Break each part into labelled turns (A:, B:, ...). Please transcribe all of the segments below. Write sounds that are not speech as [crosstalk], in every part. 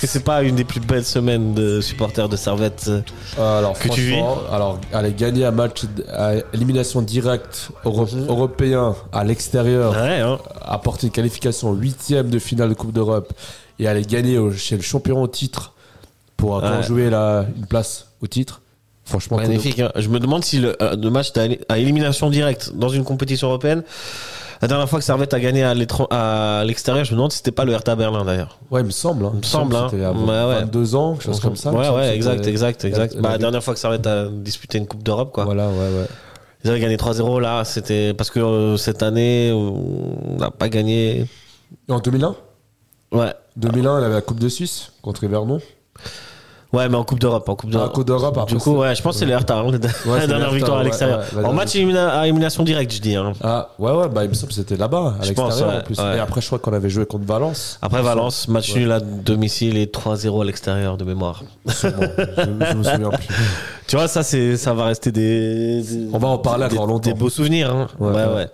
A: que c'est pas une des plus belles semaines de supporters de Servette
B: Euh, Alors,
A: Que tu
B: franchement, Alors, allez, gagner un match d- à élimination directe euro- européen à l'extérieur,
A: Ouais, hein.
B: apporter une qualification huitième de finale de Coupe d'Europe et aller gagner au- chez le champion au titre pour encore
A: Ouais.
B: jouer la, une place au titre. Franchement, que
A: Magnifique. hein. Je me demande si le, euh, le match d'é- à élimination directe dans une compétition européenne, la dernière fois que Servette a gagné à l'étran- à l'extérieur, je me demande si c'était pas le Hertha Berlin d'ailleurs.
B: de- Ouais, il me semble. hein.
A: Il me semble,
B: que c'était à
A: hein. Ouais, ouais.
B: 22 ans, quelque chose comme ça. il me
A: Ouais,
B: semble que
A: ouais,
B: c'était-
A: exact, exact, exact.
B: la-
A: Bah,
B: la-
A: la dernière fois que Servette a disputé une Coupe d'Europe, quoi.
B: Voilà, ouais, ouais.
A: Ils avaient gagné 3-0 là, c'était parce que euh, cette année, on n'a pas gagné.
B: Et en 2001
A: Ouais.
B: 2001, elle avait la Coupe de Suisse contre Evernon.
A: Ouais, mais en Coupe d'Europe, en Coupe d'Europe.
B: Ah, Coupe d'Europe, après,
A: Du coup,
B: c'est-
A: ouais, je pense que c'est le Hertha, hein, la
B: c'est
A: [laughs]
B: le
A: dernière
B: Hertha,
A: victoire à
B: ouais,
A: l'extérieur.
B: ouais, la
A: en
B: dernière.
A: match élimina- à élimination directe, je dis. hein.
B: Ah, ouais, ouais, bah, il me semble que c'était là-bas, à
A: Je pense,
B: l'extérieur
A: ouais,
B: en plus.
A: ouais.
B: Et après, je crois qu'on avait joué contre Valence.
A: Après Valence, match
B: Ouais.
A: nul à domicile et 3-0 à l'extérieur de mémoire.
B: Sûrement. je, je me souviens plus.
A: Tu vois, ça, c'est, ça va rester des, des-
B: On va en parler
A: des-
B: encore longtemps.
A: Des beaux souvenirs. hein. Ouais,
B: Ouais,
A: ouais,
B: ouais.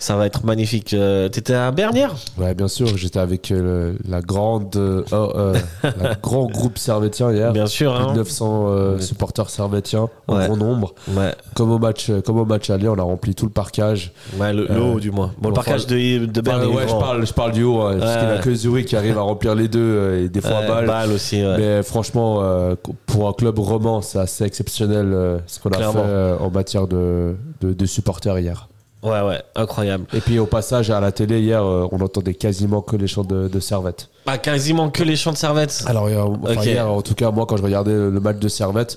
A: Ça va être magnifique. Euh, t'étais à Bernière
B: Ouais, bien sûr, j'étais avec euh, le- la grande, euh, oh, euh, la grand groupe servétien hier.
A: Bien sûr.
B: Plus de
A: Hein.
B: 900 euh, supporters servétiens en
A: Ouais.
B: grand nombre.
A: Ouais,
B: Comme au match, euh, comme au match aller, on a rempli tout le parcage.
A: ouais le, le
B: Euh,
A: haut du moins. Bon, le
B: enfin,
A: parcage de, de
B: Enfin,
A: Berne. il est
B: Ben ouais, je
A: grand.
B: parle, je parle du haut, hein, parce qu'il n'y
A: ouais.
B: a que Zurich qui arrive à remplir les deux euh, et des fois
A: Ouais,
B: à balle.
A: Bâle aussi, ouais.
B: Mais franchement, euh, pour un club roman, c'est assez exceptionnel euh, ce qu'on a
A: Clairement.
B: fait euh, en matière de, de, de supporters hier.
A: Ouais, ouais, incroyable.
B: Et puis au passage, à la télé, hier, euh, on entendait quasiment que les chants de, de Servette.
A: Bah, quasiment que les champs de servette.
B: Alors, euh, enfin,
A: Ok.
B: hier, en tout cas, moi, quand je regardais le match de Servette,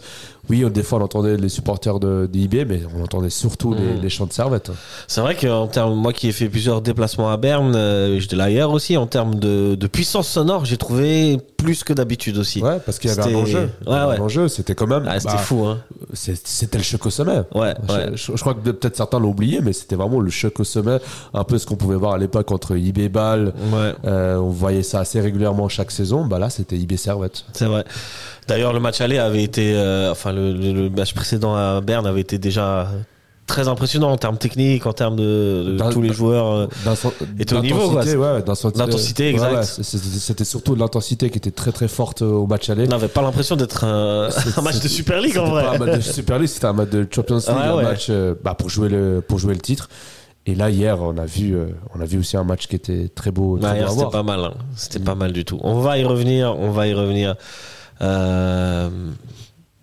B: oui, on- des fois, on entendait les supporters de, de IB, mais on entendait surtout les,
A: Hmm.
B: les chants de Servette.
A: C'est vrai qu'en termes, moi qui ai fait plusieurs déplacements à Berne, euh, j'étais là hier aussi, en termes de, de puissance sonore, j'ai trouvé plus que d'habitude aussi.
B: Ouais, parce qu'il y avait un
A: C'était-
B: enjeu. Il y
A: Ouais,
B: avait
A: ouais.
B: Un enjeu, c'était quand même.
A: Ah, c'était
B: bah,
A: fou, hein.
B: c'est- C'était le choc au sommet.
A: Ouais,
B: Je,
A: ouais.
B: je- je crois que peut-être certains l'ont oublié, mais c'était vraiment le choc au sommet. Un peu ce qu'on pouvait voir à l'époque entre IB Bâle.
A: Ouais.
B: Euh, on voyait ça assez régulièrement chaque saison. Bah là, c'était IB Servette.
A: C'est vrai. D'ailleurs, le match aller avait été, euh, enfin, le, le- le match précédent à Berne avait été déjà très impressionnant en termes techniques, en termes de, de
B: D'un-
A: tous les joueurs. euh,
B: D'inten-
A: était au niveau,
B: d'intensité, ouais, d'inten-
A: D'intensité,
B: ouais,
A: exact.
B: ouais, c'est- c'est- c'était surtout de l'intensité qui était très très forte euh, au match aller.
A: on n'avait pas l'impression d'être
B: [laughs]
A: un, un match de Super League en
B: C'était pas
A: vrai.
B: un match de Super League, c'était un match de Champions League,
A: Ouais,
B: un
A: ouais.
B: match euh, bah, pour jouer le pour jouer le titre. Et là hier, on a vu euh, on a vu aussi un match qui était très beau, très
A: Ouais,
B: beau à
A: c'était
B: voir.
A: pas mal, hein. c'était pas mal du tout. On va y revenir, on va y revenir. Euh,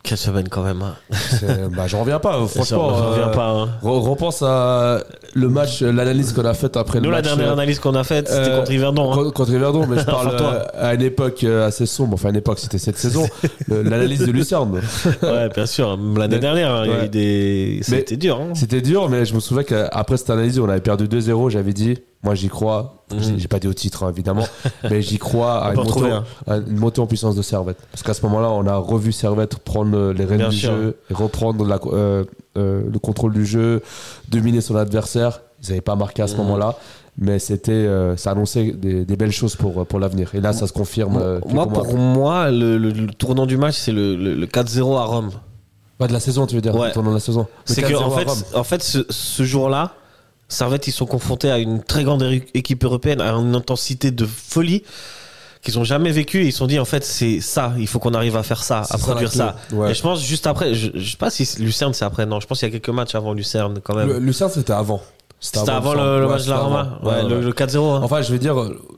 A: quelle semaine quand même. hein.
B: C'est- Bah, j'en reviens pas, euh, franchement.
A: on revient
B: euh,
A: pas. hein.
B: re- Repense à le match, euh, l'analyse qu'on a faite après
A: Nous,
B: le
A: la
B: match.
A: dernière
B: euh,
A: analyse qu'on a faite, c'était
B: euh,
A: contre Yverdon. hein.
B: Con- Contre Verdon, mais je
A: [laughs]
B: parle
A: Enfin, toi.
B: euh, à une époque euh, assez sombre. Enfin, à une époque,
A: [laughs]
B: c'était cette saison. Le- L'analyse de Lucerne.
A: Ouais, bien sûr. L'année
B: Mais-
A: dernière, hein, il y a eu
B: ouais.
A: des. C'était dur. hein.
B: C'était dur, mais je me souviens qu'après cette analyse, on avait perdu 2-0. J'avais dit, moi, j'y crois. J'ai- J'ai pas dit au titre,
A: [laughs]
B: hein, évidemment, mais j'y crois
A: Mm. On
B: à
A: peut
B: une, montée,
A: retrouver, hein.
B: à une montée en puissance de Servette. Parce qu'à ce moment-là, on a revu Servette prendre euh, les rênes
A: Bien
B: du
A: sûr.
B: jeu, et reprendre la- euh, euh, le contrôle du jeu, dominer son adversaire. Ils n'avaient pas marqué à
A: Mm.
B: ce moment-là. Mais c'était, euh, ça annonçait des, des belles choses pour, euh, pour l'avenir. Et là, ça se confirme. euh, quelques
A: Moi,
B: mois
A: pour moi, le, le- le tournant du match, c'est le, le- le 4-0 à Rome.
B: Pas de la saison, tu veux dire
A: Ouais.
B: le tournant de la saison. Le
A: C'est que
B: 4-0
A: en
B: à
A: fait,
B: Rome.
A: en fait, ce, ce jour-là, Servette, ils sont confrontés à une très grande éru- équipe européenne, à une intensité de folie qu'ils ont jamais vécue. Et ils se sont dit, en fait, c'est ça, il faut qu'on arrive à faire ça, à
B: C'est ça,
A: produire
B: la
A: ça.
B: clé. Ouais.
A: Et je pense juste après, je, je sais pas si Lucerne c'est après, non, je pense qu'il y a quelques matchs avant Lucerne quand même.
B: Le- Lucerne, c'était avant.
A: C'était avant, le, le
B: Ouais,
A: match de la
B: c'était
A: Roma,
B: avant.
A: ouais,
B: Ouais,
A: le,
B: ouais.
A: le 4-0. hein.
B: Enfin, je veux dire,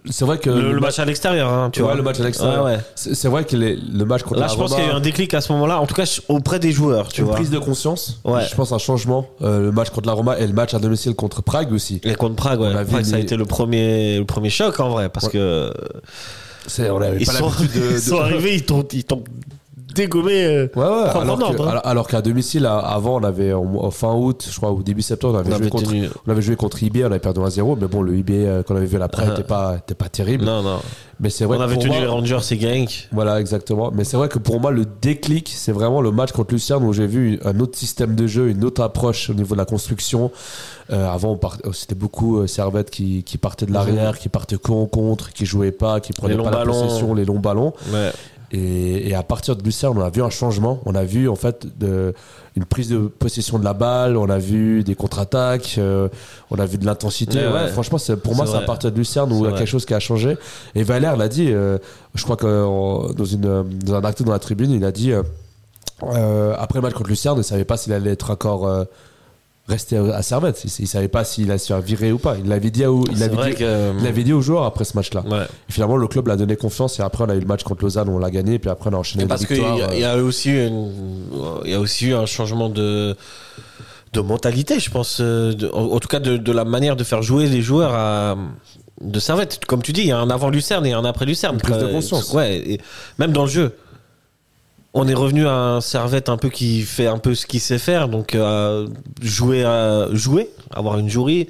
B: c'est vrai que
A: le, le match à l'extérieur, hein, tu
B: ouais,
A: vois.
B: le match à l'extérieur.
A: Ouais, ouais.
B: C'est c'est vrai que les- le match contre
A: Là,
B: la
A: je pense
B: Roma,
A: qu'il y a eu un déclic à ce moment-là, en tout cas auprès des joueurs, tu
B: une
A: vois.
B: prise de conscience.
A: Ouais.
B: Je pense un changement. Euh, le match contre la Roma et le match à domicile contre Prague aussi.
A: Et contre Prague, ouais.
B: On a vu
A: Prague, ça a
B: des-
A: été le premier, le premier choc en vrai, parce
B: Ouais.
A: que
B: C'est, on n'avait
A: ils
B: pas
A: sont,
B: l'habitude de.
A: [laughs]
B: de-
A: ils sont arrivés, ils t'ont, ils t'ont dégommé. euh.
B: Ouais, ouais,
A: Prendre
B: alors,
A: en ordre,
B: que-
A: hein.
B: alors- alors qu'à domicile, à- avant, on avait en, en fin août, je crois, ou début septembre, on avait,
A: On
B: joué,
A: avait
B: contre,
A: tenu-
B: on avait joué contre IB, on avait perdu 1-0, mais bon, le IB euh, qu'on avait vu l'après n'était pas, était pas terrible.
A: Non, non.
B: Mais c'est vrai
A: On
B: que
A: avait
B: pour
A: tenu
B: moi-
A: les Rangers et Genk.
B: Voilà, exactement. Mais c'est vrai que pour moi, le déclic, c'est vraiment le match contre Lucerne où j'ai vu un autre système de jeu, une autre approche au niveau de la construction. Euh, avant, on part- c'était beaucoup euh, Servette qui, qui partait de l'arrière, qui partait que en contre, qui jouait pas, qui prenait
A: longs
B: pas la
A: ballons.
B: possession, les longs ballons.
A: Ouais.
B: Et, et à partir de Lucerne, on a vu un changement. On a vu en fait de- une prise de possession de la balle, on a vu des contre-attaques, euh, on a vu de l'intensité.
A: Ouais, ouais.
B: Franchement, c'est- pour
A: C'est
B: moi, c'est à
A: vrai.
B: partir de Lucerne où il y a
A: C'est vrai.
B: quelque chose qui a changé. Et Valère l'a dit, euh, je crois que euh, dans, une, euh, dans un acte dans la tribune, il a dit euh, euh, après le match contre Lucerne, il ne savait pas s'il allait être encore. euh, resté à à Servette, il ne savait pas s'il allait se faire virer ou pas. Il l'avait dit, à- il
A: C'est
B: l'avait
A: vrai
B: dit-
A: que-
B: il l'avait dit aux joueurs après ce match-là.
A: Ouais.
B: Et finalement, le club l'a donné confiance et après, on a eu le match contre Lausanne, on l'a gagné, et puis après, on a enchaîné
A: Et
B: les
A: parce qu'il y,
B: victoires. euh.
A: a- il y a aussi une- il y a aussi eu un changement de de mentalité, je pense, euh, de- en, en tout cas de, de la manière de faire jouer les joueurs à, de Servette. Comme tu dis, il y a un avant Lucerne et un après Lucerne.
B: Une prise de
A: Euh,
B: conscience.
A: Ouais, et même dans le jeu. On est revenu à un Servette un peu qui fait un peu ce qu'il sait faire, donc euh, jouer, à- jouer, avoir une jury,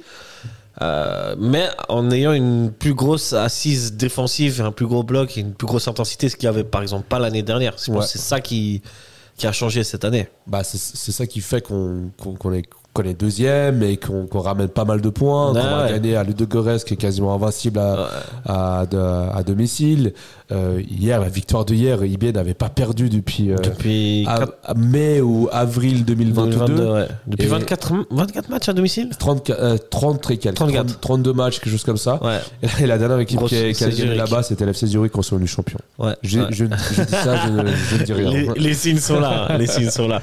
A: euh, mais en ayant une plus grosse assise défensive, un plus gros bloc et une plus grosse intensité, ce qu'il n'y avait par exemple pas l'année dernière. C'est
B: Ouais.
A: c'est ça qui, qui a changé cette année.
B: Bah, c'est c'est ça qui fait qu'on qu'on- qu'on est, qu'on est deuxième et qu'on qu'on ramène pas mal de points,
A: Ouais,
B: qu'on a
A: Ah ouais. Ah.
B: gagné à Ludogorets qui est quasiment invincible à,
A: Euh,
B: à, de- à domicile. Euh, hier, la victoire de hier, IB n'avait pas perdu depuis, euh,
A: Depuis,
B: av- mai ou avril 2022.
A: 2022, ouais. depuis
B: Et-
A: 24, m- 24 matchs à domicile
B: 30, euh, 30 et quelques,
A: 34.
B: 30 32 matchs, quelque chose comme ça.
A: Ouais,
B: Et la dernière équipe
A: Grosse-
B: qui a, qui a
A: c'est
B: gagné
A: Zurich.
B: là-bas, c'était l'FC Zurich, quand sont venus champions.
A: ouais.
B: Je,
A: ouais. [laughs]
B: je- je dis ça, je, ne- je ne dis rien.
A: Les, les signes sont là, les signes sont là.